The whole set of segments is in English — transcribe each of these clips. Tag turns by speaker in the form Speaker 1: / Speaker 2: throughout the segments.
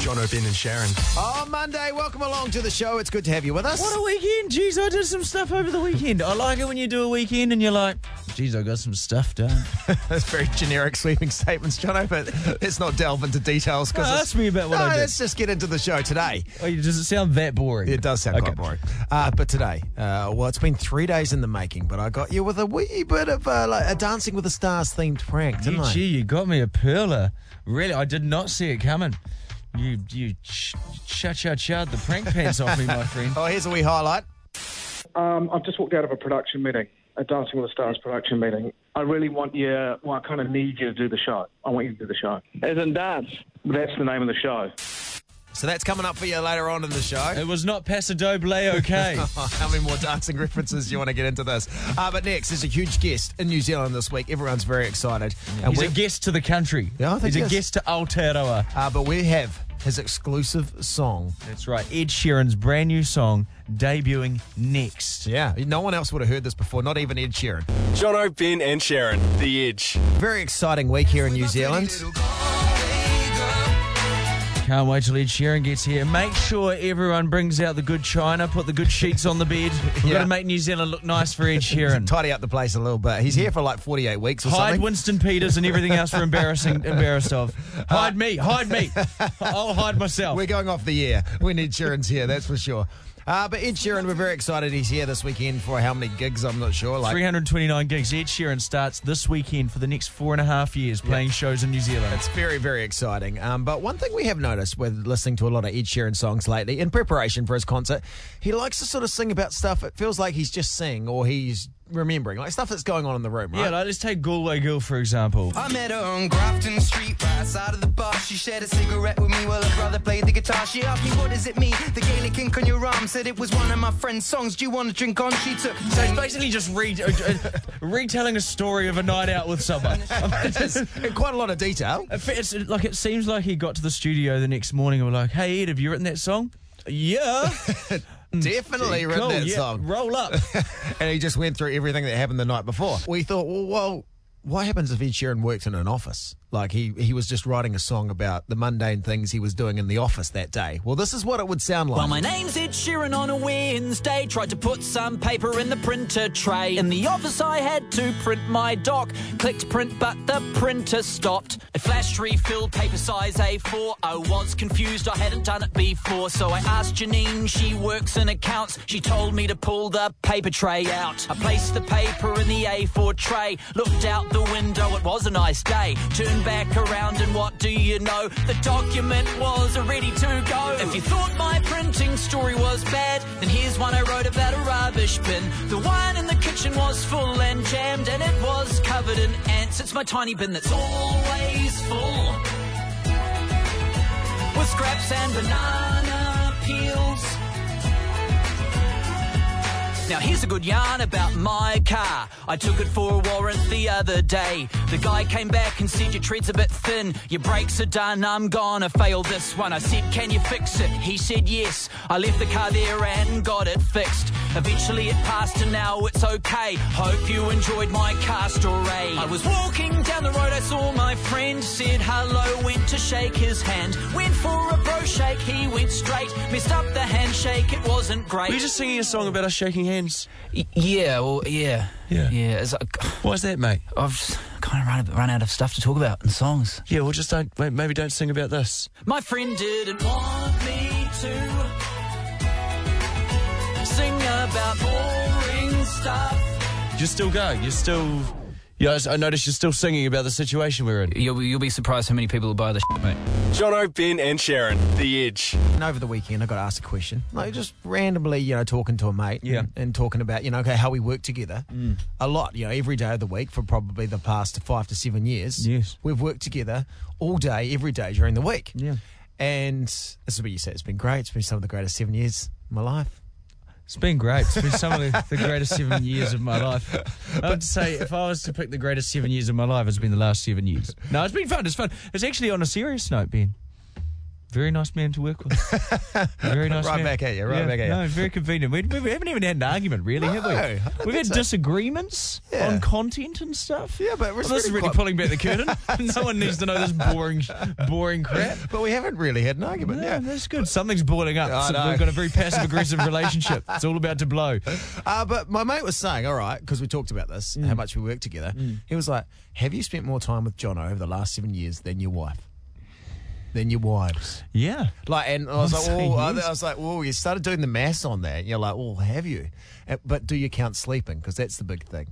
Speaker 1: John O'Bin and Sharon.
Speaker 2: On Oh, Monday, welcome along to the show. It's good to have you with us.
Speaker 3: What a weekend! Jeez, I did some stuff over the weekend. I like it when you do a weekend and you're like, geez, I got some stuff done.
Speaker 2: That's very generic, sweeping statements, John. But let's not delve into details.
Speaker 3: No,
Speaker 2: it's-
Speaker 3: ask me about what
Speaker 2: no,
Speaker 3: I did.
Speaker 2: Let's just get into the show today.
Speaker 3: Oh, you- does it sound that boring?
Speaker 2: It does sound
Speaker 3: Okay.
Speaker 2: quite boring. Uh, but today, uh, well, it's been three days in the making, but I got you with a wee bit of uh, like a Dancing with the Stars themed prank, didn't
Speaker 3: You,
Speaker 2: I?
Speaker 3: gee, you got me a perler. Really, I did not see it coming. You, you ch- cha cha cha the prank pants off me, my friend.
Speaker 2: Oh, here's a wee highlight.
Speaker 4: Um, I've just walked out of a production meeting, a Dancing with the Stars production meeting. I really want you, well, I kind of need you to do the show. I want you to do the show.
Speaker 5: As in dance.
Speaker 4: That's the name of the show.
Speaker 2: So that's coming up for you later on in the show. Oh,
Speaker 3: It was not Pasodoble, okay?
Speaker 2: How many more dancing references do you want to get into this? Uh, but next, there's a huge guest in New Zealand this week. Everyone's very excited. And
Speaker 3: He's
Speaker 2: we-
Speaker 3: a guest to the country.
Speaker 2: Yeah, I think
Speaker 3: He's
Speaker 2: he is.
Speaker 3: a guest to Aotearoa.
Speaker 2: uh, but we have his exclusive song.
Speaker 3: That's right. Ed Sheeran's brand new song debuting next.
Speaker 2: Yeah, no one else would have heard this before, not even Ed Sheeran.
Speaker 1: John O'Bin and Sharon, The Edge.
Speaker 2: Very exciting week here in New Zealand.
Speaker 3: Can't wait till Ed Sheeran gets here. Make sure everyone brings out the good china, put the good sheets on the bed. We've
Speaker 2: Yeah.
Speaker 3: got to make New Zealand look nice for Ed Sheeran.
Speaker 2: Tidy up the place a little bit. He's here for like 48 weeks or
Speaker 3: Hide
Speaker 2: something.
Speaker 3: Winston Peters and everything else we're embarrassing, embarrassed of. Hide me, hide me. I'll hide myself.
Speaker 2: We're going off the air when Ed Sheeran's here, that's for sure. Uh, but Ed Sheeran, we're very excited he's here this weekend for how many gigs, I'm not sure. Like,
Speaker 3: 329 gigs. Ed Sheeran starts this weekend for the next four and a half years playing shows in New Zealand.
Speaker 2: It's very, very exciting. Um, but one thing we have noticed with listening to a lot of Ed Sheeran songs lately, in preparation for his concert, he likes to sort of sing about stuff. It feels like he's just singing or he's remembering, like stuff that's going on in the room, right? Uh,
Speaker 3: Yeah, like, let's take Galway Girl for example.
Speaker 6: I met her on Grafton Street, right outside of the bar. She shared a cigarette with me while her brother played the guitar. She asked me, What does it mean? The Gaelic ink on your arm said it was one of my friend's songs. Do you want to drink on? She took.
Speaker 3: So it's basically just re- uh, uh, retelling a story of a night out with someone.
Speaker 2: in quite a lot of detail.
Speaker 3: It fe- It's like it seems like he got to the studio the next morning and were like, "Hey Ed, have you written that song?" Yeah,
Speaker 2: Definitely written
Speaker 3: Mm. Cool,
Speaker 2: that
Speaker 3: yeah,
Speaker 2: song.
Speaker 3: Roll up.
Speaker 2: and he just went through everything that happened the night before. We thought, well, well, what happens if Ed Sheeran works in an office? Like he, he was just writing a song about the mundane things he was doing in the office that day. Well, this is what it would sound like.
Speaker 7: Well, my name's Ed Sheeran on a Wednesday. Tried to put some paper in the printer tray. In the office, I had to print my doc. Clicked print, but the printer stopped. It flashed refill paper size A4. I was confused, I hadn't done it before. So I asked Janine, she works in accounts. She told me to pull the paper tray out. I placed the paper in the A4 tray. Looked out the window, it was a nice day. Turned back around, and what do you know? The document was ready to go. If you thought my printing story was bad, then here's one I wrote about a rubbish bin. The wine in the kitchen was full and jammed, and it was covered in ants. It's my tiny bin that's always full with scraps and banana peels. Now here's a good yarn about my car. I took it for a warrant the other day. The guy came back and said your tread's a bit thin, your brakes are done. I'm gonna fail this one. I said, can you fix it? He said yes. I left the car there and got it fixed. Eventually it passed and now it's okay. Hope you enjoyed my car story. I was walking down the road, I saw my friend. Said hello, went to shake his hand. Went for a bro shake, he went straight. Messed up the handshake, it wasn't great.
Speaker 3: We're just singing a song about us shaking hands.
Speaker 7: Y- Yeah, well, yeah,
Speaker 3: Yeah.
Speaker 7: yeah. It's like,
Speaker 3: Why's that, mate?
Speaker 7: I've kind of run, run out of stuff to talk about in songs.
Speaker 3: Yeah, well, just don't. wait, Maybe don't sing about this.
Speaker 7: My friend didn't want me to sing about boring stuff.
Speaker 3: You're still going. You're still. Yeah, I s- I noticed you're still singing about the situation we're in.
Speaker 7: You'll, you'll be surprised how many people will buy this, shit, mate.
Speaker 1: John O'Bin and Sharon, The Edge.
Speaker 2: And over the weekend, I got asked a question, like just randomly, you know, talking to a mate,
Speaker 3: Yeah. Mm.
Speaker 2: and, and talking about, you know, okay, how we work together a lot, you know, every day of the week for probably the past five to seven years.
Speaker 3: Yes.
Speaker 2: we've worked together all day, every day during the week.
Speaker 3: Yeah.
Speaker 2: and this is what you said. It's been great. It's been some of the greatest seven years of my life.
Speaker 3: It's been great. It's been some of the, the greatest seven years of my life. I would say if I was to pick the greatest seven years of my life, it's been the last seven years. No, it's been fun. It's fun. It's actually on a serious note, Ben. Very nice man to work with. Very nice
Speaker 2: Right
Speaker 3: man.
Speaker 2: back at you, right back at you.
Speaker 3: No, very convenient. We, we haven't even had an argument, really, have
Speaker 2: No, I
Speaker 3: we?
Speaker 2: don't
Speaker 3: We've
Speaker 2: think
Speaker 3: had
Speaker 2: so.
Speaker 3: disagreements
Speaker 2: Yeah.
Speaker 3: on content and stuff.
Speaker 2: Yeah, but it's
Speaker 3: well, this is
Speaker 2: really
Speaker 3: really
Speaker 2: quite-
Speaker 3: pulling back the curtain. no one needs to know this boring, boring crap.
Speaker 2: But we haven't really had an argument.
Speaker 3: No,
Speaker 2: yeah.
Speaker 3: that's good. Something's boiling up.
Speaker 2: I
Speaker 3: So
Speaker 2: know.
Speaker 3: we've got a very passive aggressive relationship. It's all about to blow.
Speaker 2: Uh, but my mate was saying, all right, because we talked about this,
Speaker 3: Mm.
Speaker 2: how much we work together. He was like, Have you spent more time with John over the last seven years than your wife? Than your wives?
Speaker 3: Yeah.
Speaker 2: Like, and I was
Speaker 3: I'd
Speaker 2: like,
Speaker 3: say
Speaker 2: well, I,
Speaker 3: yes.
Speaker 2: I was like, well, you started doing the maths on that. And you're like, well, have you? Uh, But do you count sleeping? Because that's the big thing,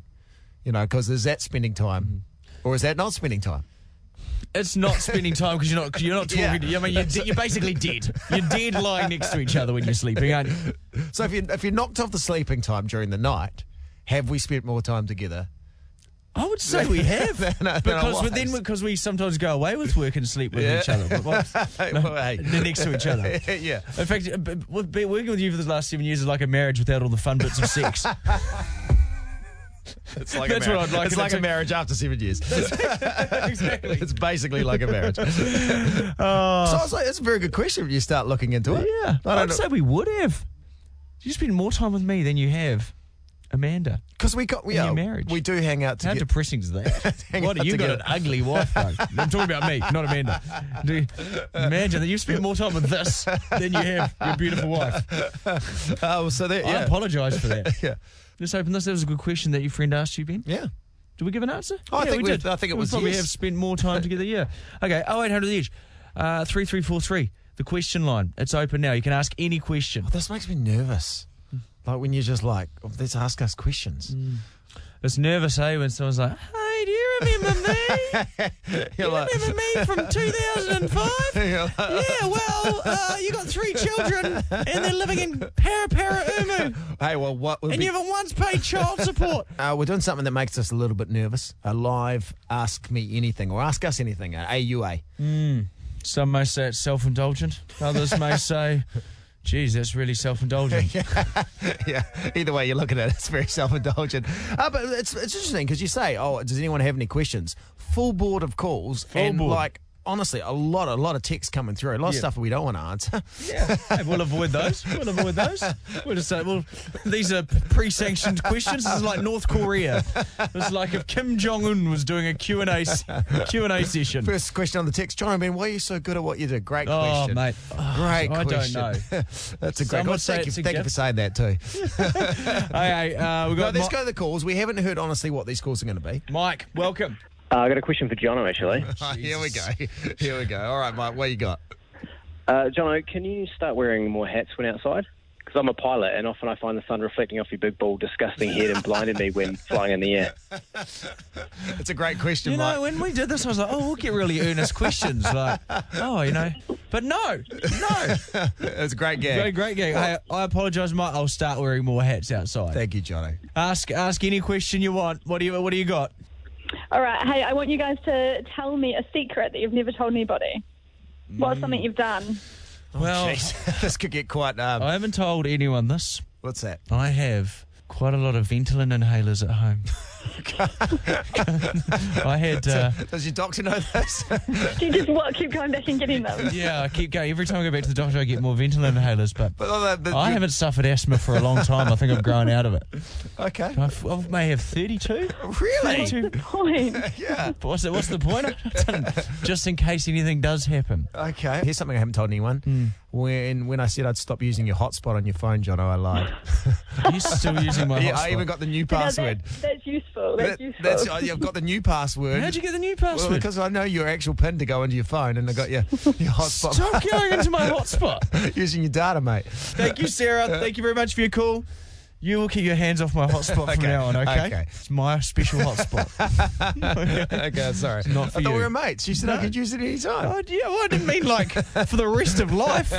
Speaker 2: you know. Because is that spending time, or is that not spending time?
Speaker 3: It's not spending time because you're not you're not
Speaker 2: Yeah.
Speaker 3: talking. to I mean, you're, de- you're basically dead. You're dead lying next to each other when you're sleeping, aren't you?
Speaker 2: So if you if you knocked off the sleeping time during the night, have we spent more time together?
Speaker 3: I would say we have
Speaker 2: They're not- they're not
Speaker 3: because we- then
Speaker 2: wise.
Speaker 3: because we sometimes go away with work and sleep with
Speaker 2: Yeah.
Speaker 3: each other. But what-
Speaker 2: Hey,
Speaker 3: no,
Speaker 2: well, hey.
Speaker 3: They're next to each other.
Speaker 2: yeah.
Speaker 3: In fact, uh, b- with- be- working with you for the last seven years is like a marriage without all the fun bits of sex.
Speaker 2: It's like
Speaker 3: a That's what marriage. I'd like
Speaker 2: It's
Speaker 3: it
Speaker 2: like
Speaker 3: to-
Speaker 2: a marriage after seven years.
Speaker 3: exactly.
Speaker 2: it's basically like a marriage. so I was like, that's a very good question if you start looking into it.
Speaker 3: Yeah,
Speaker 2: Oh. I
Speaker 3: I'd
Speaker 2: don't
Speaker 3: say we would have. You spend more time with me than you have, Amanda.
Speaker 2: Because we got, yeah,
Speaker 3: your marriage.
Speaker 2: we do hang out
Speaker 3: How
Speaker 2: together.
Speaker 3: depressing is that?
Speaker 2: Hang
Speaker 3: what
Speaker 2: on
Speaker 3: you got
Speaker 2: together.
Speaker 3: an ugly wife though. I'm talking about me, not Amanda. Do you, imagine that you spend more time with this than you have your beautiful wife.
Speaker 2: Oh, so there,
Speaker 3: I
Speaker 2: yeah.
Speaker 3: apologise for that.
Speaker 2: yeah.
Speaker 3: Let's open this. That was a good question that your friend asked you, Ben.
Speaker 2: Yeah.
Speaker 3: Did we give an answer?
Speaker 2: Oh, I think
Speaker 3: we
Speaker 2: we-
Speaker 3: did.
Speaker 2: I think it
Speaker 3: we
Speaker 2: was
Speaker 3: probably
Speaker 2: yes.
Speaker 3: have spent more time together. Yeah. Okay. Oh, eight hundred edge, uh, three three four three. The question line. It's open now. You can ask any question.
Speaker 2: This makes me nervous. Like when you're just like, oh, let's ask us questions.
Speaker 3: It's nervous, eh? When someone's like, "Hey, do you remember me?
Speaker 2: You're like,
Speaker 3: remember me from 2005?"
Speaker 2: you're like,
Speaker 3: Yeah, well, uh, you got three children and they're living in Paraparaumu,
Speaker 2: hey, well, what would
Speaker 3: and
Speaker 2: be
Speaker 3: you haven't once paid child support.
Speaker 2: Uh, we're doing something that makes us a little bit nervous. A live Ask Me Anything or Ask Us Anything, uh, AUA.
Speaker 3: Some may say it's self indulgent, others may say, geez, that's really self indulgent.
Speaker 2: yeah, either way you look at it, it's very self indulgent. Uh, but it's, it's interesting because you say, oh, does anyone have any questions? Full board of calls. and
Speaker 3: board.
Speaker 2: like, honestly, a lot, a lot of texts coming through, a lot of
Speaker 3: Yeah.
Speaker 2: stuff we don't want to answer.
Speaker 3: Yeah, hey, we'll avoid those. We'll avoid those. We'll just say, well, these are pre-sanctioned questions. This is like North Korea. It's like if Kim Jong Un was doing a Q and A Q and A session.
Speaker 2: First question on the text, John, I mean, why are you so good at what you do? Great
Speaker 3: Oh,
Speaker 2: question.
Speaker 3: mate.
Speaker 2: Great
Speaker 3: I don't
Speaker 2: question.
Speaker 3: know.
Speaker 2: That's a
Speaker 3: Some
Speaker 2: great
Speaker 3: would
Speaker 2: question.
Speaker 3: say
Speaker 2: Thank, you,
Speaker 3: it's a
Speaker 2: thank you
Speaker 3: gift.
Speaker 2: for saying that too.
Speaker 3: Hey, hey, uh, we
Speaker 2: No,
Speaker 3: got
Speaker 2: let's
Speaker 3: Mi-
Speaker 2: go to the calls. We haven't heard honestly what these calls are going to be.
Speaker 3: Mike. Welcome.
Speaker 5: Uh, I got a question for Jono, actually.
Speaker 2: Oh, here we go. Here we go. All right, Mike, what you got?
Speaker 5: Uh, Jono, can you start wearing more hats when outside? Because I'm a pilot, and often I find the sun reflecting off your big, bald, disgusting head and blinded me when flying in the air.
Speaker 2: It's a great question,
Speaker 3: You
Speaker 2: Mike.
Speaker 3: know, when we did this, I was like, oh, we'll get really earnest questions. Like, oh, you know, but no, no.
Speaker 2: it's a great
Speaker 3: Great,
Speaker 2: game.
Speaker 3: great gig. Hey, I apologise, Mike. I'll start wearing more hats outside.
Speaker 2: Thank you, Johnny.
Speaker 3: ask, ask any question you want. What do you, what do you got?
Speaker 8: All right. Hey, I want you guys to tell me a secret that you've never told anybody.
Speaker 2: Mm.
Speaker 8: What's something you've done?
Speaker 3: well,
Speaker 2: Jeez, this could get quite. Um,
Speaker 3: I haven't told anyone this.
Speaker 2: what's that?
Speaker 3: I have quite a lot of Ventolin inhalers at home. I had, uh,
Speaker 2: Does your doctor know this?
Speaker 8: Do you just what, keep going back and getting them?
Speaker 3: yeah, I keep going. Every time I go back to the doctor, I get more Ventolin inhalers, but.
Speaker 2: But all that- that
Speaker 3: I
Speaker 2: you-
Speaker 3: haven't suffered asthma for a long time. I think I've grown out of it.
Speaker 2: Okay.
Speaker 3: I've, I may have 32.
Speaker 2: Really?
Speaker 3: 32.
Speaker 8: Point.
Speaker 2: Yeah.
Speaker 3: What's the, what's the point? I don't- Just in case anything does happen.
Speaker 2: Okay. Here's something I haven't told anyone.
Speaker 3: Hmm.
Speaker 2: When when I said I'd stop using your hotspot on your phone, Jono, I lied.
Speaker 3: Are you still using my
Speaker 2: yeah,
Speaker 3: hotspot?
Speaker 2: I even got the new
Speaker 8: No, that-
Speaker 2: password.
Speaker 8: that's useful. That's
Speaker 2: That-
Speaker 8: useful.
Speaker 2: that's- I- I've got the new password.
Speaker 3: How'd you get the new
Speaker 2: Well,
Speaker 3: password?
Speaker 2: because I know your actual pin to go into your phone, and I got your your hotspot
Speaker 3: Stop going into my hotspot.
Speaker 2: using your data, mate.
Speaker 3: Thank you, Sarah. Thank you very much for your call. You will keep your hands off my hotspot from
Speaker 2: Okay,
Speaker 3: now on, okay?
Speaker 2: okay.
Speaker 3: It's my special hotspot.
Speaker 2: okay, sorry.
Speaker 3: not for
Speaker 2: I thought we
Speaker 3: you.
Speaker 2: were mates. You said I could use it any time.
Speaker 3: oh, yeah, well, I didn't mean like for the rest of life.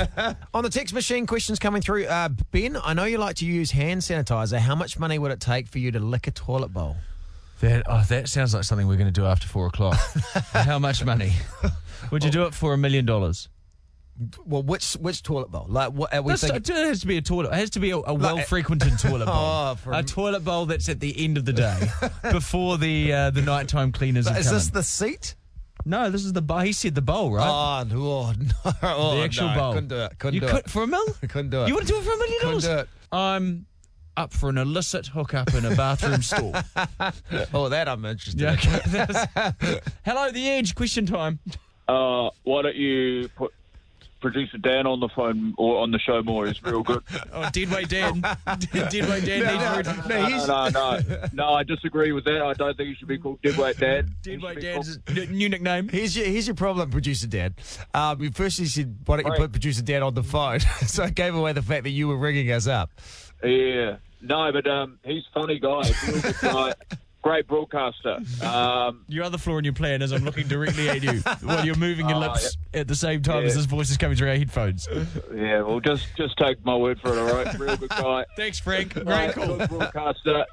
Speaker 2: On the text machine, questions coming through. Uh, ben, I know you like to use hand sanitizer. How much money would it take for you to lick a toilet bowl?
Speaker 3: That oh, that sounds like something we're going to do after four o'clock. How much money? Would you do it for a million dollars?
Speaker 2: Well, which which toilet bowl? Like, what are we
Speaker 3: This- uh,
Speaker 2: thinking?
Speaker 3: It has to be a toilet. It has to be a, a well-frequented toilet bowl.
Speaker 2: Oh, for-
Speaker 3: a toilet bowl that's at the end of the day, before the uh, the nighttime cleaners. have
Speaker 2: Is
Speaker 3: come
Speaker 2: this
Speaker 3: in.
Speaker 2: the seat?
Speaker 3: No, this is the bowl. He said the bowl, right?
Speaker 2: Oh, no, no. Oh,
Speaker 3: the actual
Speaker 2: no,
Speaker 3: bowl.
Speaker 2: Couldn't do it. Couldn't
Speaker 3: you
Speaker 2: do
Speaker 3: could,
Speaker 2: it.
Speaker 3: For a mil?
Speaker 2: Couldn't do it.
Speaker 3: You want to do it for a million
Speaker 2: Couldn't
Speaker 3: dollars?
Speaker 2: do it.
Speaker 3: I'm up for an illicit hookup in a bathroom stall.
Speaker 2: Oh, that I'm interested
Speaker 3: Yeah,
Speaker 2: in.
Speaker 3: okay. That's- Hello, The Edge. Question time.
Speaker 9: Uh, why don't you put producer Dan on the phone or on the show more? He's real good.
Speaker 3: Oh, Deadweight Dan. Deadweight Dan needs
Speaker 2: No,
Speaker 3: to-
Speaker 2: no, he's-
Speaker 9: no, no, no. I disagree with that. I don't think you should be called Deadweight Dan. You should
Speaker 3: Deadweight
Speaker 9: be
Speaker 3: Dan's n- new nickname.
Speaker 2: Here's your here's your problem, producer Dad. Um, you first, you said, "Why don't you
Speaker 9: Right.
Speaker 2: put producer Dad on the phone?" so I gave away the fact that you were ringing us up.
Speaker 9: called- Yeah, no, but um, he's a funny guy. Real good guy. Great broadcaster. Um,
Speaker 3: Your other flaw in your plan is I'm looking directly at you while you're moving your lips at the same time as
Speaker 9: Ah, Yeah.
Speaker 3: this voice is coming through our headphones.
Speaker 9: yeah, well, just just take my word for it. All right, real good guy.
Speaker 3: Thanks, Frank. Great
Speaker 9: Right,
Speaker 3: call.
Speaker 9: Good broadcaster.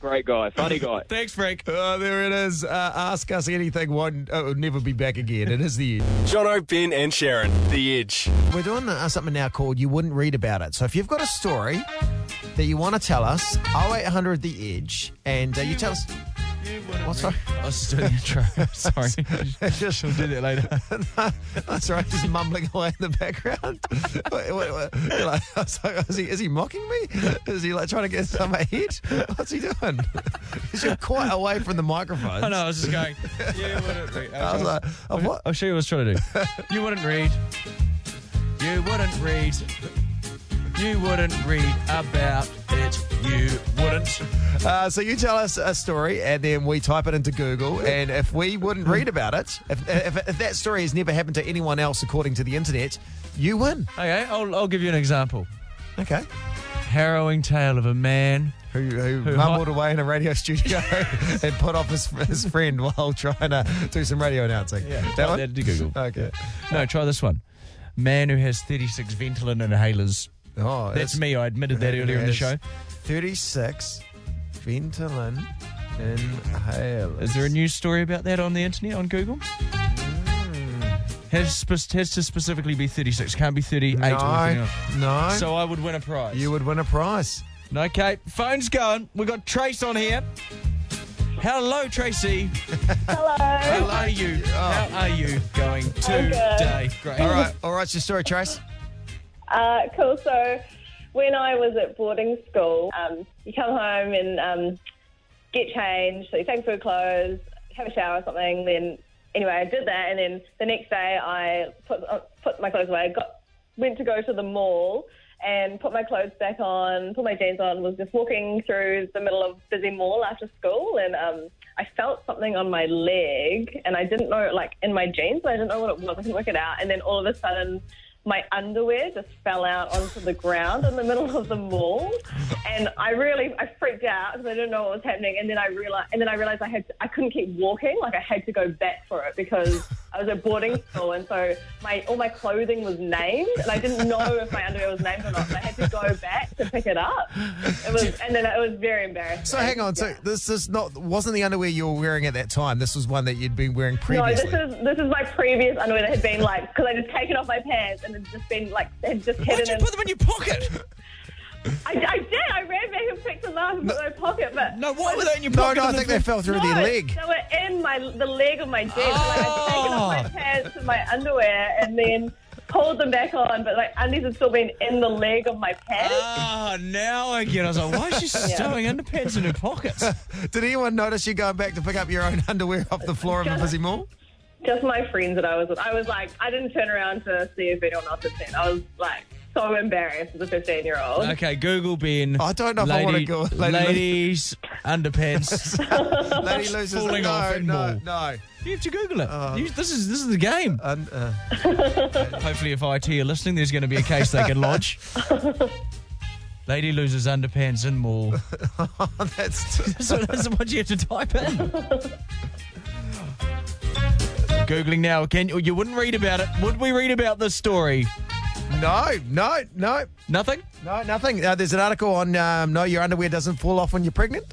Speaker 9: Great guy. Funny guy.
Speaker 3: Thanks, Frank.
Speaker 2: Uh, there it is. Uh, ask us anything. One, oh, it'll never be back again. It is the.
Speaker 1: Jono, Ben, and Sharon, The Edge.
Speaker 2: We're doing uh, something now called "You Wouldn't Read About It." So if you've got a story that you want to tell us, 0800 the edge, and uh, you tell us. What's right?
Speaker 3: I was just doing the intro. Sorry.
Speaker 2: Just
Speaker 3: We'll do that later.
Speaker 2: That's right, just mumbling away in the background. Wait, wait, wait. Like, I was like, is, he, is he mocking me? Is he like trying to get this on my head? What's he doing? He's just quite away from the microphone.
Speaker 3: I know, I was just going, you wouldn't read.
Speaker 2: I was like, oh, what?
Speaker 3: I'll show you what I was trying to do. You wouldn't read. You wouldn't read. You wouldn't read about it. You wouldn't.
Speaker 2: Uh, so you tell us a story, and then we type it into Google. And if we wouldn't read about it, if, if, if that story has never happened to anyone else according to the internet, you win.
Speaker 3: Okay, I'll, I'll give you an example.
Speaker 2: Okay.
Speaker 3: Harrowing tale of a man.
Speaker 2: Who, who,
Speaker 3: Who
Speaker 2: mumbled away in a radio studio and put off his, his friend while trying to do some radio announcing. that
Speaker 3: type
Speaker 2: one?
Speaker 3: Oh, that into Google.
Speaker 2: Okay.
Speaker 3: No, try this one. Man who has 36 Ventolin inhalers.
Speaker 2: Oh,
Speaker 3: That's me. I admitted that earlier in the show.
Speaker 2: 36 Ventolin inhalers.
Speaker 3: Is there a news story about that on the internet on Google?
Speaker 2: Mm.
Speaker 3: Has, spe- has to specifically be 36. Can't be 38 or
Speaker 2: No,
Speaker 3: anything else.
Speaker 2: no.
Speaker 3: So I would win a prize.
Speaker 2: you would win a prize.
Speaker 3: Okay, phone's going. We've got Trace on here. Hello, Tracy.
Speaker 8: Hello.
Speaker 3: How are you?
Speaker 2: Oh.
Speaker 3: How are you going today? Great.
Speaker 2: All right, all right, your story, Trace.
Speaker 8: Uh, cool. So, when I was at boarding school, um, you come home and um, get changed, so you take food, clothes, have a shower or something. Then, anyway, I did that, and then the next day I put uh, put my clothes away, got went to go to the mall. And put my clothes back on, put my jeans on. Was just walking through the middle of busy mall after school, and um, I felt something on my leg, and I didn't know, like in my jeans, but I didn't know what it was. I couldn't work it out. And then all of a sudden, my underwear just fell out onto the ground in the middle of the mall, and I really I freaked out because I didn't know what was happening. And then I realized, and then I realized I had to, I couldn't keep walking, like I had to go back for it because I was at boarding school, and so my all my clothing was named, and I didn't know if my underwear was named or not. So I had to go back to pick it up. It was, and then it was very embarrassing.
Speaker 2: So hang on. So
Speaker 8: Yeah.
Speaker 2: this is not wasn't the underwear you were wearing at that time. This was one that you'd been wearing previously.
Speaker 8: No, this is this is my previous underwear that had been like because I just taken off my pants and it's just been like had just hidden.
Speaker 3: Why'd you
Speaker 8: in-
Speaker 3: put them in your pocket?
Speaker 8: I, I did. I ran back and picked them up and put them in my pocket, but
Speaker 3: No, why were they in your
Speaker 2: no,
Speaker 3: pocket?
Speaker 2: no, I
Speaker 3: in the
Speaker 2: think they fell through
Speaker 8: no,
Speaker 2: their leg.
Speaker 8: They were in my the leg of my jeans. Like I'd taken off
Speaker 3: Oh.
Speaker 8: my pants and my underwear and then pulled them back on, but like undies had still been in the leg of my pants.
Speaker 3: Ah, now I get. it. I was like, why is she stowing underpants in her pockets?
Speaker 2: Did anyone notice you going back to pick up your own underwear off the floor of a busy mall?
Speaker 8: Just my friends that I was with. I was like, I didn't turn around to see if anyone else had seen. I was like so embarrassed as a fifteen year old.
Speaker 3: Okay, Google Ben.
Speaker 2: I don't know if I wanna go- lady-
Speaker 3: ladies, underpants.
Speaker 2: Lady loses.
Speaker 3: Falling
Speaker 2: no,
Speaker 3: off in
Speaker 2: no,
Speaker 3: mall.
Speaker 2: no.
Speaker 3: you have to Google it.
Speaker 2: Oh.
Speaker 3: You- this is this is the game.
Speaker 2: Un- uh,
Speaker 3: Hopefully, if IT are listening, there's going to be a case they can lodge. Lady loses underpants in mall.
Speaker 2: that's
Speaker 3: So that's what you have to type in. Googling now. Can you wouldn't read about it? Would we read about this story?
Speaker 2: no, no, no,
Speaker 3: Nothing.
Speaker 2: no, nothing. Uh, there's an article on um, no, your underwear doesn't fall off when you're pregnant.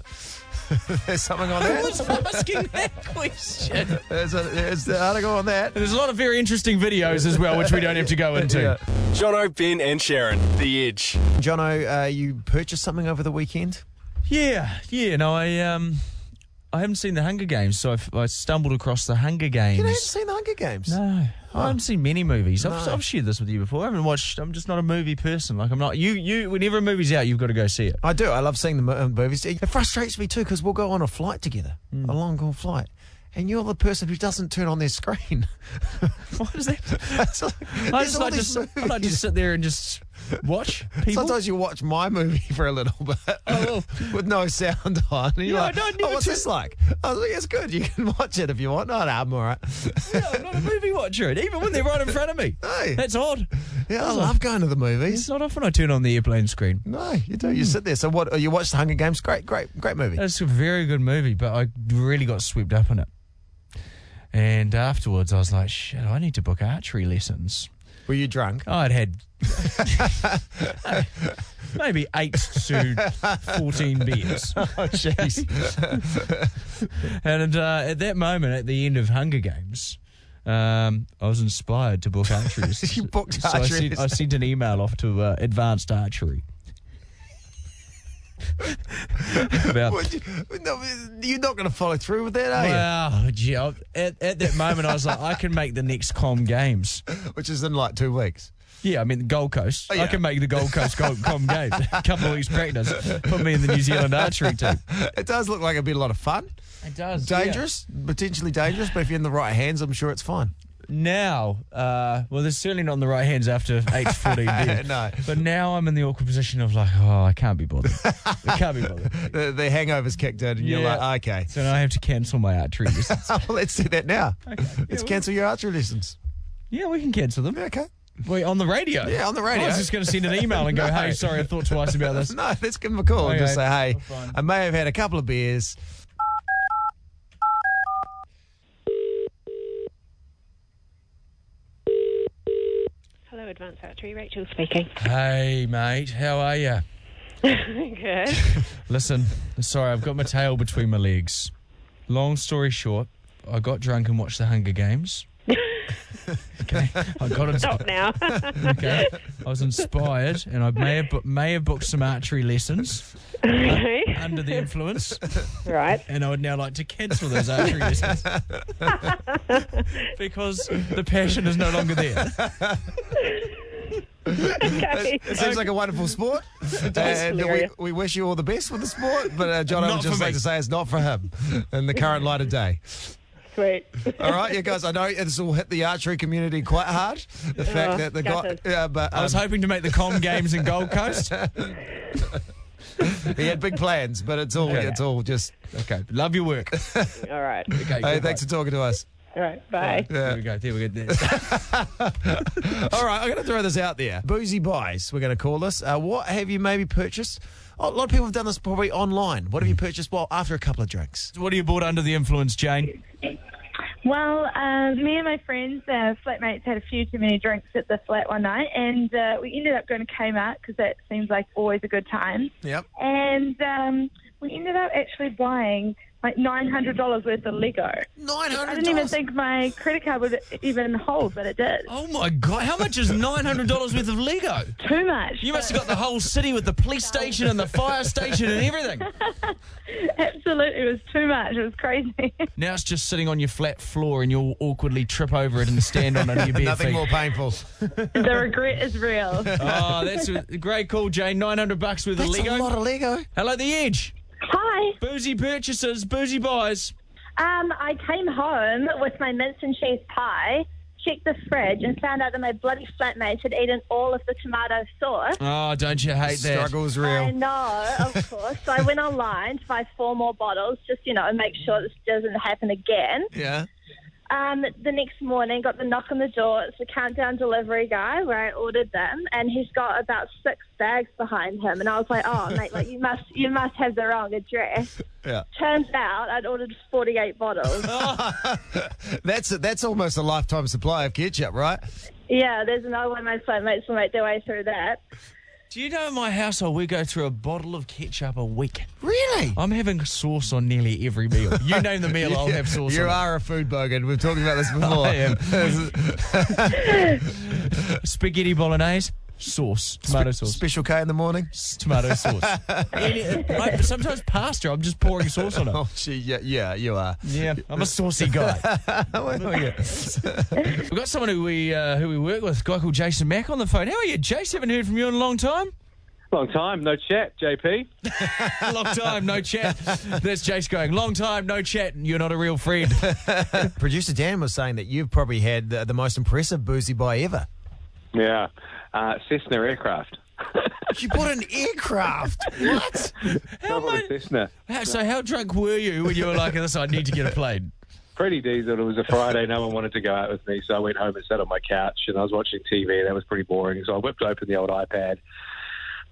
Speaker 2: there's something on
Speaker 3: I was
Speaker 2: that.
Speaker 3: asking that question.
Speaker 2: There's, a, there's the article on that.
Speaker 3: There's a lot of very interesting videos as well, which we don't have to go into.
Speaker 2: Yeah.
Speaker 1: Jono, Ben, and Sharon, The Edge.
Speaker 2: Jono, uh, you purchased something over the weekend.
Speaker 3: Yeah, yeah. No, I um, I haven't seen the Hunger Games, so I've, I stumbled across the Hunger Games.
Speaker 2: You haven't seen the Hunger Games.
Speaker 3: No, I haven't seen many movies. I've,
Speaker 2: No.
Speaker 3: I've shared this with you before. I haven't watched. I'm just not a movie person. Like I'm not. You, you. Whenever a movie's out, you've got to go see it.
Speaker 2: I do. I love seeing the mo- uh, movies. It frustrates me too because we'll go on a flight together, a long haul flight, and you're the person who doesn't turn on their screen.
Speaker 3: What is that?
Speaker 2: It's like-
Speaker 3: I
Speaker 2: there's
Speaker 3: just
Speaker 2: all
Speaker 3: like
Speaker 2: these
Speaker 3: just, I like
Speaker 2: movies.
Speaker 3: just sit there and just watch people. Oh,
Speaker 2: Sometimes you watch my movie for a little bit with no sound on. and you're
Speaker 3: Yeah, I
Speaker 2: like,
Speaker 3: don't
Speaker 2: oh,
Speaker 3: never
Speaker 2: what's
Speaker 3: turn-
Speaker 2: this like? I was like, it's good. You can watch it if you want. No, no, I'm all right.
Speaker 3: Yeah, I'm not a movie watcher, and even when they're right in front of me.
Speaker 2: Hey.
Speaker 3: That's odd.
Speaker 2: yeah, I
Speaker 3: Awesome.
Speaker 2: love going to the
Speaker 3: It's
Speaker 2: movies.
Speaker 3: not often I turn on the airplane screen.
Speaker 2: No, you do. You sit there. So what? oh, You watch The Hunger Games. Great, great, great movie.
Speaker 3: It's a very good movie, but I really got swept up in it. And afterwards, I was like, shit, I need to book archery lessons.
Speaker 2: Were you drunk?
Speaker 3: I'd Oh, had maybe eight to 14 beers.
Speaker 2: Oh, jeez.
Speaker 3: And uh, at that moment, at the end of Hunger Games, um, I was inspired to book archery.
Speaker 2: You booked
Speaker 3: so I
Speaker 2: archery
Speaker 3: sent, I
Speaker 2: lessons.
Speaker 3: sent an email off to uh, Advanced Archery. About
Speaker 2: Would you, no, you're not going to follow through with that, are
Speaker 3: Wow, gee, I, at, at that moment, I was like, I can make the next Com Games.
Speaker 2: you? Which is in like two weeks.
Speaker 3: Yeah, I mean, the Gold Coast. I
Speaker 2: Oh, yeah.
Speaker 3: can make the Gold Coast Com, Com Games. A couple of weeks practice. Put me in the New Zealand archery team.
Speaker 2: It does look like it'd be a lot of fun.
Speaker 3: It does.
Speaker 2: Dangerous, potentially dangerous, but if you're in the right hands, I'm sure it's fine.
Speaker 3: Now, uh, well, there's certainly not on the right hands after 8 to 14 beer.
Speaker 2: No.
Speaker 3: But now I'm in the awkward position of like, oh, I can't be bothered. I can't be bothered.
Speaker 2: The, the hangovers kicked in, and you're
Speaker 3: Yeah.
Speaker 2: like, okay.
Speaker 3: So now I have to cancel my archery lessons.
Speaker 2: Oh, let's do that now.
Speaker 3: Yeah,
Speaker 2: Let's
Speaker 3: we-
Speaker 2: cancel your archery lessons.
Speaker 3: yeah, we can cancel them.
Speaker 2: Yeah, Okay.
Speaker 3: Wait, on the radio?
Speaker 2: Yeah, on the radio.
Speaker 3: I was just going to send an email and go,
Speaker 2: No.
Speaker 3: hey, sorry, I thought twice about this.
Speaker 2: No, let's give them a call and just say,
Speaker 3: Okay,
Speaker 2: hey,
Speaker 3: fine.
Speaker 2: I may have had a couple of beers.
Speaker 10: Hello, Advanced Archery. Rachel speaking.
Speaker 3: Hey, mate, how are you?
Speaker 10: Good.
Speaker 3: Listen, sorry, I've got my tail between my legs. Long story short, I got drunk and watched the Hunger Games. okay, I got it.
Speaker 10: Stop now.
Speaker 3: Okay, I was inspired, and I may have bu- may have booked some archery lessons
Speaker 10: okay.
Speaker 3: under the influence,
Speaker 10: Right.
Speaker 3: and I would now like to cancel those archery lessons because the passion is no longer there.
Speaker 10: Okay.
Speaker 2: It seems like a wonderful sport. and we,
Speaker 10: Hilarious.
Speaker 2: we wish you all the best with the sport, but uh, John, I would
Speaker 3: Not for
Speaker 2: just like
Speaker 3: me.
Speaker 2: to say it's not for him in the current light of day.
Speaker 10: Sweet.
Speaker 2: All right, you guys. I know this will hit the archery community quite hard. The fact
Speaker 10: Oh,
Speaker 2: that they got,
Speaker 10: gutted.
Speaker 2: yeah, but
Speaker 3: I was
Speaker 2: um,
Speaker 3: hoping to make the Com Games in Gold Coast.
Speaker 2: um, he had big plans, but it's all,
Speaker 3: Okay.
Speaker 2: it's all just.
Speaker 3: Okay, love your work.
Speaker 10: All right.
Speaker 3: Okay,
Speaker 2: Hey,
Speaker 3: good
Speaker 2: thanks uh, for talking to us.
Speaker 10: All right. Bye.
Speaker 3: work. There we go. There we go. There.
Speaker 2: All right, I'm going to throw this out there. Boozy buys, we're going to call this. Uh, what have you maybe purchased? Oh, a lot of people have done this probably online. What have you purchased? Well, after a couple of drinks.
Speaker 3: What are you bought under the influence, Jane?
Speaker 8: Well, um, me and my friends, uh, flatmates, had a few too many drinks at the flat one night, and uh, we ended up going to Kmart because that seems like always a good time.
Speaker 2: Yep.
Speaker 8: And um, we ended up actually buying like nine hundred dollars worth of Lego.
Speaker 2: Nine
Speaker 8: I
Speaker 2: hundred.
Speaker 8: didn't even think my credit card would even hold, but it did.
Speaker 3: Oh my god! How much is nine hundred dollars worth of Lego?
Speaker 8: Too much.
Speaker 3: You must have got the whole city with the police station and the fire station and everything.
Speaker 8: Absolutely, it was too much. It was crazy.
Speaker 3: Now it's just sitting on your flat floor and you'll awkwardly trip over it and stand on it in your bare
Speaker 2: Nothing
Speaker 3: feet.
Speaker 2: more painful.
Speaker 8: the regret is real.
Speaker 3: Oh, that's a great call, Jane. Nine hundred bucks worth of
Speaker 2: That's
Speaker 3: Lego.
Speaker 2: a lot of Lego.
Speaker 3: Hello, the Edge.
Speaker 8: Hi.
Speaker 3: Boozy purchases, boozy buys.
Speaker 8: Um, I came home with my mince and cheese pie, checked the fridge, and found out that my bloody flatmate had eaten all of the tomato sauce.
Speaker 3: Oh, don't you hate that?
Speaker 2: Struggle's
Speaker 8: I
Speaker 2: real.
Speaker 8: know, of course. So I went online to buy four more bottles, just you know, make sure this doesn't happen again.
Speaker 2: Yeah.
Speaker 8: Um, the next morning, got the knock on the door. It's the countdown delivery guy where I ordered them, and he's got about six bags behind him. And I was like, "Oh, mate, like you must, you must have the wrong address."
Speaker 2: Yeah.
Speaker 8: Turns out I'd ordered forty-eight bottles.
Speaker 2: That's that's almost a lifetime supply of ketchup, right?
Speaker 8: Yeah, there's another one my flatmates will make their way through that.
Speaker 3: Do you know in my household we go through a bottle of ketchup a week?
Speaker 2: Really?
Speaker 3: I'm having sauce on nearly every meal. You name the meal, I'll have sauce.
Speaker 2: Oh, You
Speaker 3: on it.
Speaker 2: are a food bogan. We've talked about this before.
Speaker 3: I am. Spaghetti bolognese. sauce, tomato sauce.
Speaker 2: Special K in the morning.
Speaker 3: Tomato sauce. Any- I- sometimes pasta. I'm just pouring sauce on it.
Speaker 2: Oh, gee, yeah, yeah, you are. Oh,
Speaker 3: Yeah, I'm a saucy guy. We've got someone who we uh, who we work with, a guy called Jason Mack, on the phone. How are you, Jason? Haven't heard from you in a long time.
Speaker 11: Long time, no chat, JP.
Speaker 3: long time, no chat. There's Jace going. Long time, no chat. You're not a real friend.
Speaker 2: Producer Dan was saying that you've probably had the, the most impressive boozy buy ever.
Speaker 11: Yeah, uh, Cessna aircraft.
Speaker 2: You bought an aircraft. What?
Speaker 11: How much? Cessna.
Speaker 3: How- So how drunk were you when you were like this? I need to get a plane.
Speaker 11: Pretty diesel. It was a Friday. No one wanted to go out with me, so I went home and sat on my couch and I was watching TV. That was pretty boring. So I whipped open the old iPad.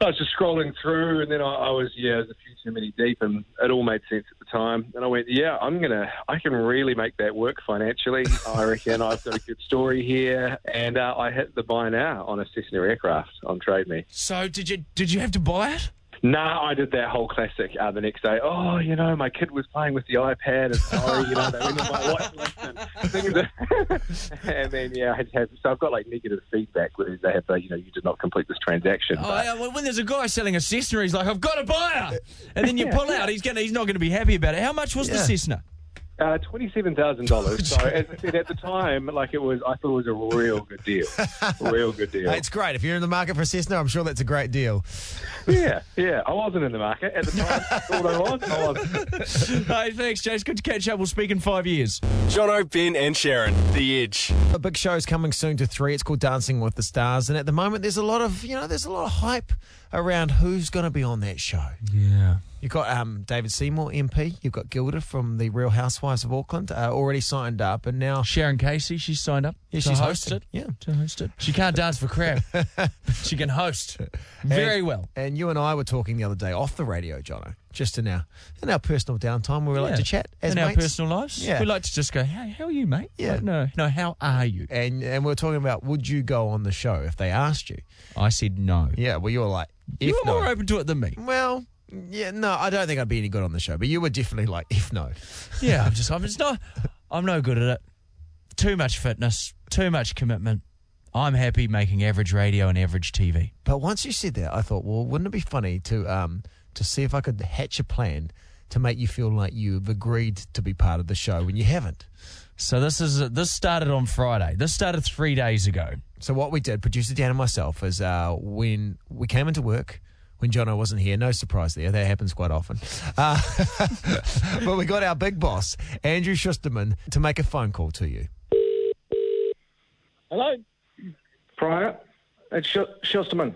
Speaker 11: I was just scrolling through, and then I, I was yeah, there's a few too many deep, and it all made sense at the time. And I went, yeah, I'm gonna, I can really make that work financially. I reckon I've got a good story here, and uh, I hit the buy now on a Cessna aircraft on Trade Me.
Speaker 3: So did you did you have to buy it?
Speaker 11: Nah, I did that whole classic uh, the next day. Oh, you know, my kid was playing with the iPad, and sorry, you know, they went on my watch list and things. that- and then yeah, I had, so I've got like negative feedback where they have, uh, you know, you did not complete this transaction.
Speaker 3: Oh,
Speaker 11: but-
Speaker 3: yeah, well, when there's a guy selling a Cessna, he's like, "I've got a buyer," and then you pull out. He's gonna he's not going to be happy about it. How much was the Cessna?
Speaker 11: Uh, Twenty-seven thousand dollars. So, as I said at the time, like it was, I thought it was a real good deal, a real good deal.
Speaker 2: It's great. If you're in the market for a Cessna, I'm sure that's a great deal.
Speaker 11: Yeah, yeah. I wasn't in the market at the time. I thought I was. I wasn't.
Speaker 3: hey, thanks, Jace. Good to catch up. We'll speak in five years.
Speaker 1: Jono, Ben, and Sharon, The Edge.
Speaker 2: A big show is coming soon to three. It's called Dancing with the Stars, and at the moment, there's a lot of you know, there's a lot of hype around who's going to be on that show.
Speaker 3: Yeah.
Speaker 2: You've got um, David Seymour, MP. You've got Gilda from the Real Housewives of Auckland, uh, already signed up, and now
Speaker 3: Sharon Casey, she's signed up.
Speaker 2: Yeah,
Speaker 3: to
Speaker 2: she's
Speaker 3: host
Speaker 2: hosted.
Speaker 3: it.
Speaker 2: Yeah,
Speaker 3: to host it. She can't dance for crap. she can host very
Speaker 2: And-
Speaker 3: well.
Speaker 2: And you and I were talking the other day off the radio, Jono, just in our in our personal downtime. We were like to chat as
Speaker 3: in
Speaker 2: mates.
Speaker 3: our personal lives.
Speaker 2: Yeah.
Speaker 3: We like to just go, "Hey, how are you, mate?"
Speaker 2: Yeah.
Speaker 3: Like, no, no. How are you?
Speaker 2: and and we were talking about would you go on the show if they asked you?
Speaker 3: I said no.
Speaker 2: Yeah, well, you were like, if
Speaker 3: You were
Speaker 2: no,
Speaker 3: more open to it than me.
Speaker 2: well, yeah, no, I don't think I'd be any good on the show. But you were definitely like, if no,
Speaker 3: Yeah, I'm just, I'm just not, I'm no good at it. Too much fitness, too much commitment. I'm happy making average radio and average TV.
Speaker 2: But once you said that, I thought, well, wouldn't it be funny to um to see if I could hatch a plan to make you feel like you've agreed to be part of the show when you haven't.
Speaker 3: So this is this started on Friday. This started three days ago.
Speaker 2: So what we did, producer Dan and myself, is uh, when we came into work. When Jono wasn't here, no surprise there. That happens quite often. Uh, but we got our big boss, Andrew Schusterman, to make a phone call to you.
Speaker 4: Hello. Prior. It's Sh- Shusterman.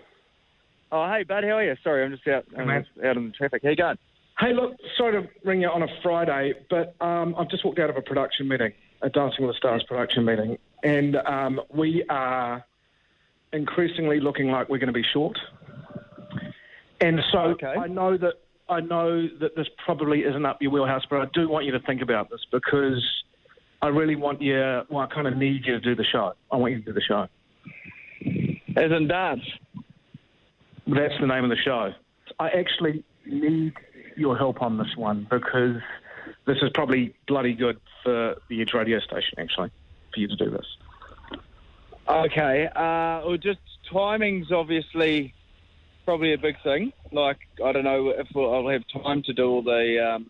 Speaker 12: Oh, hey, bud, how are you? Sorry, I'm just out I'm
Speaker 4: man.
Speaker 12: just out in the traffic. How you going?
Speaker 4: Hey, look, sorry to ring you on a Friday, but um, I've just walked out of a production meeting, a Dancing with the Stars production meeting, and um, we are increasingly looking like we're going to be short. And so I know that I know that this probably isn't up your wheelhouse, but I do want you to think about this because I really want you. Well, I kind of need you to do the show. I want you to do the show.
Speaker 12: As in dance.
Speaker 4: That's the name of the show. I actually need your help on this one because this is probably bloody good for the Edge radio station, actually, for you to do this.
Speaker 12: Okay. Uh, well, just timing's obviously probably a big thing. Like, I don't know if I'll have time to do all the um,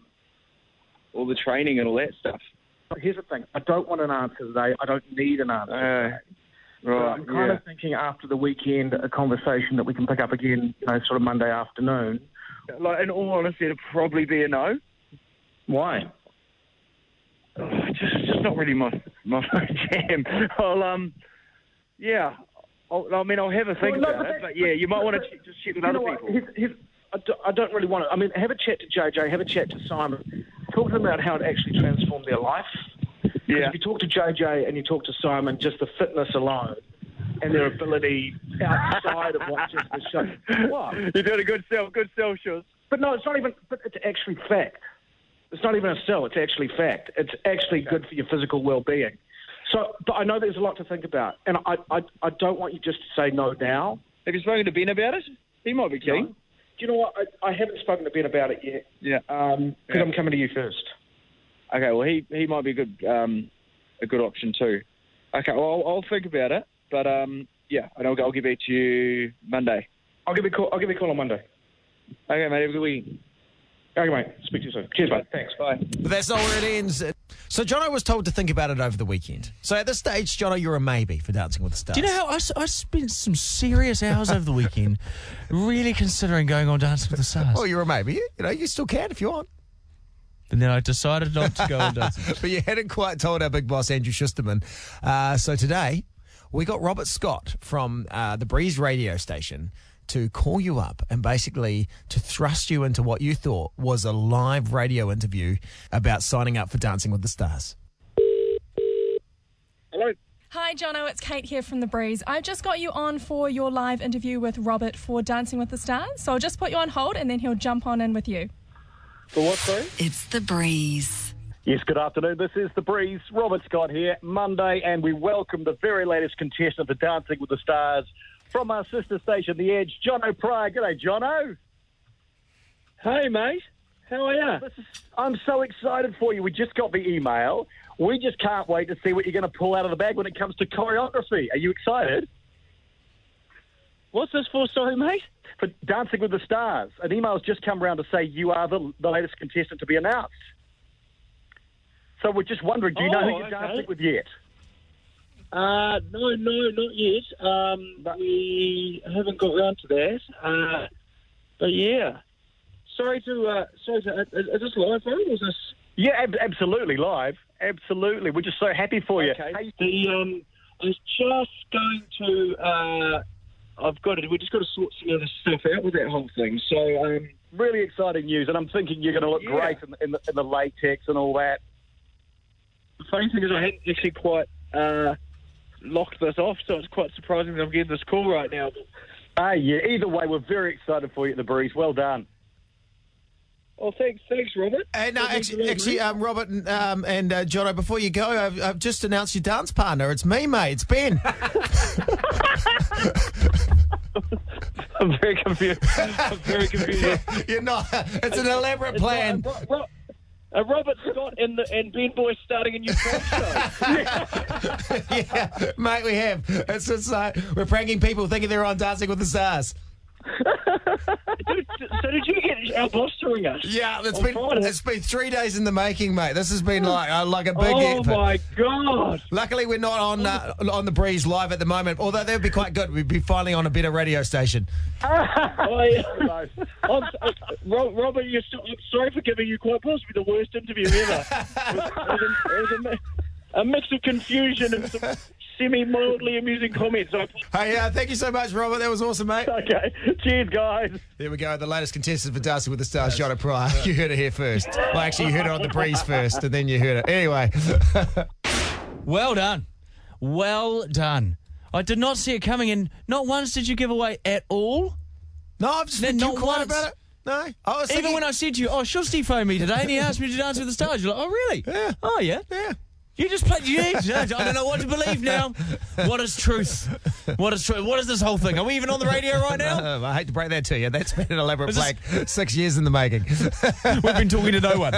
Speaker 12: all the training and all that stuff.
Speaker 4: But here's the thing I don't want an answer today. I don't need an answer today.
Speaker 12: Uh,
Speaker 4: But
Speaker 12: Right.
Speaker 4: I'm kind
Speaker 12: yeah.
Speaker 4: of thinking after the weekend, a conversation that we can pick up again, you know, sort of Monday afternoon.
Speaker 12: Like, in all honesty, it'd probably be a no.
Speaker 4: Why?
Speaker 12: It's just not really my my jam. I'll um, yeah. I'll, I mean, I'll have a think
Speaker 4: Well, no,
Speaker 12: about
Speaker 4: but
Speaker 12: it,
Speaker 4: that-
Speaker 12: but yeah, you might want to
Speaker 4: but-
Speaker 12: ch- just check with
Speaker 4: You
Speaker 12: other
Speaker 4: know what?
Speaker 12: people.
Speaker 4: Here's- here's- I do- I don't really want to. I mean, have a chat to JJ, have a chat to Simon. Talk to them about how it actually transformed their life. Yeah. If you talk to JJ and you talk to Simon, just the fitness alone and their ability outside of what just the show. What?
Speaker 12: You're doing a good sell, good sell, Shores.
Speaker 4: But no, it's not even. But it's actually fact. It's not even a sell. It's actually fact. It's actually good for your physical well-being. So, but I know there's a lot to think about, and I, I, I don't want you just to say no now.
Speaker 12: Have you spoken to Ben about it? He might be keen.
Speaker 4: No. Do you know what? I, I haven't spoken to Ben about it yet.
Speaker 12: Yeah.
Speaker 4: Um, because
Speaker 12: Yeah.
Speaker 4: I'm coming to you first.
Speaker 12: Okay, well he he might be a good um a good option too. Okay, well I'll, I'll think about it, but um yeah, and I'll, I'll get back to you Monday.
Speaker 4: I'll give you a call. I'll give you a call on Monday.
Speaker 12: Okay, mate. Have a good weekend.
Speaker 4: Okay, mate. Speak to you soon. Cheers, mate. Thanks. Bye.
Speaker 2: But that's not where it ends. So Jono was told to think about it over the weekend. So at this stage, Jono, you're a maybe for Dancing with the Stars.
Speaker 3: Do you know how I, s- I spent some serious hours over the weekend really considering going on Dancing with the Stars?
Speaker 2: Well, Oh, you're a maybe. You know, you still can if you want.
Speaker 3: And then I decided not to go on Dancing.
Speaker 2: but you hadn't quite told our big boss, Andrew Schusterman. Uh, so today, we got Robert Scott from uh, the Breeze radio station to call you up and basically to thrust you into what you thought was a live radio interview about signing up for Dancing with the Stars.
Speaker 13: Hello. Hi, Jono. It's Kate here from The Breeze. I've just got you on for your live interview with Robert for Dancing with the Stars. So I'll just put you on hold and then he'll jump on in with you.
Speaker 14: For what, sorry? It's The Breeze. Yes, good afternoon. This is The Breeze. Robert Scott here, Monday, and we welcome the very latest contestant for Dancing with the Stars from our sister station, The Edge, Jono Pryor. G'day, Jono. Hey, mate. How are you? I'm so excited for you. We just got the email. We just can't wait to see what you're going to pull out of the bag when it comes to choreography. Are you excited? What's this for, sorry, mate? For Dancing with the Stars. An email's just come round to say you are the, the latest contestant to be announced. So we're just wondering, do you know who
Speaker 15: Oh,
Speaker 14: you're
Speaker 15: okay.
Speaker 14: dancing with yet?
Speaker 15: Uh, no, no, not yet. Um, we haven't got round to that. Uh, but yeah, sorry to uh, sorry to. Is, is this live phone or is this?
Speaker 14: Yeah, ab- absolutely live. Absolutely. We're just so happy for you.
Speaker 15: Okay. The um, I was just going to. Uh, I've got it. We just got to sort some other stuff out with that whole thing. So um,
Speaker 14: really exciting news, and I'm thinking you're going to look
Speaker 15: Yeah.
Speaker 14: great in, the- in, the, in the latex and all that.
Speaker 15: the funny thing is, I hadn't actually quite uh, locked this off, so it's quite surprising that I'm getting this call right now.
Speaker 14: Ah, yeah. Either way, we're very excited for you at the Breeze. Well done.
Speaker 15: Well, thanks, thanks, Robert.
Speaker 2: Uh, no, actually, actually um, Robert and, um, and uh, Jono, before you go, I've, I've just announced your dance partner. It's me, mate. It's Ben.
Speaker 15: I'm very confused. I'm very confused.
Speaker 2: You're not. It's an elaborate
Speaker 15: It's
Speaker 2: plan.
Speaker 15: not- Ro- Ro- uh, Robert Scott and the and Ben Boy starting a new talk show.
Speaker 2: yeah, mate, we have. It's just uh, we're pranking people thinking they're on Dancing with the Stars.
Speaker 15: so did you get our boss to ring us?
Speaker 2: Yeah, it's
Speaker 15: On
Speaker 2: been
Speaker 15: Friday?
Speaker 2: it's been three days in the making, mate. This has been like uh, like a big.
Speaker 15: Oh,
Speaker 2: effort.
Speaker 15: my God.
Speaker 2: Luckily, we're not on uh, on the breeze live at the moment. Although that would be quite good. We'd be finally on a better radio station.
Speaker 15: I, I'm, i Ro- Robert, you're so, I'm sorry for giving you quite possibly the worst interview ever. It was, it was a, it was a mi- a mix of confusion and some semi-mildly amusing comments. I,
Speaker 2: Hey, uh, thank you so much, Robert. That was awesome, mate.
Speaker 14: Okay. Cheers, guys.
Speaker 2: There we go. The latest contestant for Dancing with the Stars, Jonna Pryor. You heard it here first. Well, actually, you heard it on the breeze first, and then you heard it. Anyway.
Speaker 3: Well done. Well done. I did not see it coming, and not once did you give away at all.
Speaker 2: No, I've just
Speaker 3: been
Speaker 2: too quiet about it. No, Oh, I was
Speaker 3: Even
Speaker 2: thinking-
Speaker 3: when I said to you, "Oh, Shusty phoned me today, and he asked me to dance with the stars," you're like, "Oh, really? Yeah. Oh, yeah,
Speaker 2: yeah."
Speaker 3: You just played. You, I don't know what to believe now. What is truth? What is truth? What is this whole thing? Are we even on the radio right now?
Speaker 2: No, Oh, I hate to break that to you. That's been an elaborate
Speaker 3: Is this-
Speaker 2: plan. Six years in the making. We've
Speaker 3: been talking to no one.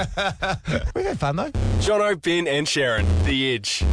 Speaker 2: we had fun, though.
Speaker 1: Jono, Ben, and Sharon, The Edge.